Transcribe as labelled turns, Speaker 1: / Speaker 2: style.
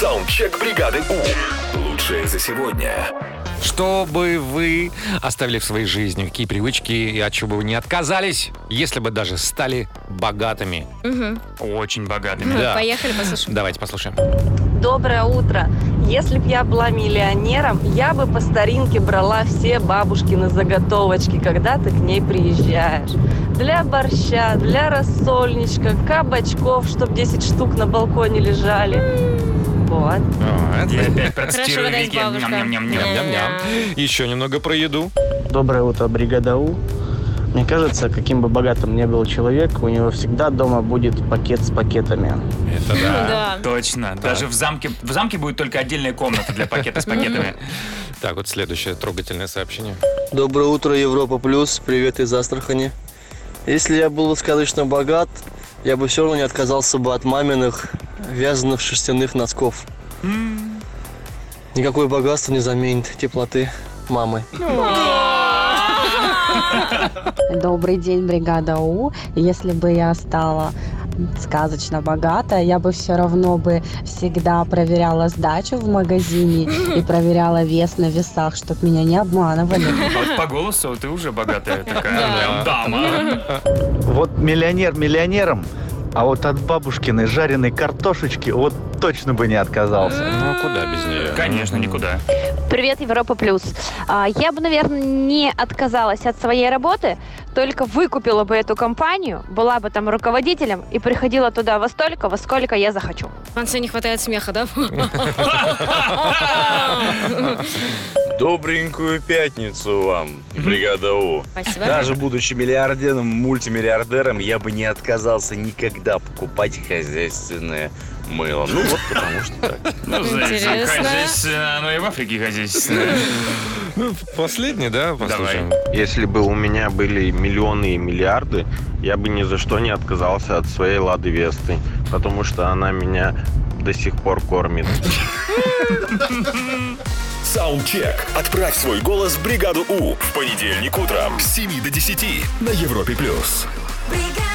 Speaker 1: Саундчек бригады У. Лучшее за сегодня.
Speaker 2: Что бы вы оставили в своей жизни, какие привычки и от чего бы вы не отказались, если бы даже стали богатыми.
Speaker 3: Очень богатыми.
Speaker 2: Да.
Speaker 4: Ну, Поехали, послушаем.
Speaker 2: Давайте послушаем.
Speaker 5: Доброе утро. Если б я была миллионером, я бы по старинке брала все бабушкины заготовочки, когда ты к ней приезжаешь. Для борща, для рассольничка, кабачков, чтоб 10 штук на балконе лежали. Вот.
Speaker 3: Я опять
Speaker 4: Хорошо
Speaker 3: процитирую
Speaker 4: угадать,
Speaker 3: Вики.
Speaker 4: бабушка.
Speaker 3: Ням-ням-ням-ням.
Speaker 4: Э.
Speaker 2: Ням-ням-ням. Еще немного про еду.
Speaker 6: Доброе утро, бригада У. Мне кажется, каким бы богатым ни был человек, у него всегда дома будет пакет с пакетами.
Speaker 2: Это да.
Speaker 4: Да.
Speaker 3: Точно. Даже в замке в замке будет только отдельная комната для пакета с пакетами.
Speaker 2: Так, вот следующее трогательное сообщение.
Speaker 7: Доброе утро, Европа Плюс. Привет из Астрахани. Если я был сказочно богат, я бы все равно не отказался бы от маминых вязаных шерстяных носков. Никакое богатство не заменит теплоты мамы.
Speaker 8: Добрый день, бригада У. Если бы я стала сказочно богата, я бы все равно бы всегда проверяла сдачу в магазине и проверяла вес на весах, чтобы меня не обманывали.
Speaker 3: А вот по голосу ты уже богатая такая. Прям дама.
Speaker 9: Вот миллионер миллионером, а вот от бабушкиной жареной картошечки вот точно бы не отказался.
Speaker 2: Ну, куда без нее?
Speaker 3: Конечно, никуда.
Speaker 10: Привет, Европа Плюс. А, Я бы, наверное, не отказалась от своей работы, только выкупила бы эту компанию, была бы там руководителем и приходила туда во столько, во сколько я захочу.
Speaker 4: В конце не хватает смеха, да?
Speaker 11: Добренькую пятницу вам, бригада У.
Speaker 4: Спасибо.
Speaker 11: Даже будучи миллиардером, мультимиллиардером, я бы не отказался никогда покупать хозяйственное мыло. Ну вот потому что так.
Speaker 3: Ну, знаете,
Speaker 4: Интересно.
Speaker 3: хозяйственно, оно и в Африке хозяйственно.
Speaker 2: Ну, последний, да, послушаем.
Speaker 9: Если бы у меня были миллионы и миллиарды, я бы ни за что не отказался от своей Лады Весты, потому что она меня до сих пор кормит.
Speaker 1: Саундчек. Отправь свой голос в бригаду У в понедельник утром с 7 до 10 на Европе+. плюс.
Speaker 10: Бригада!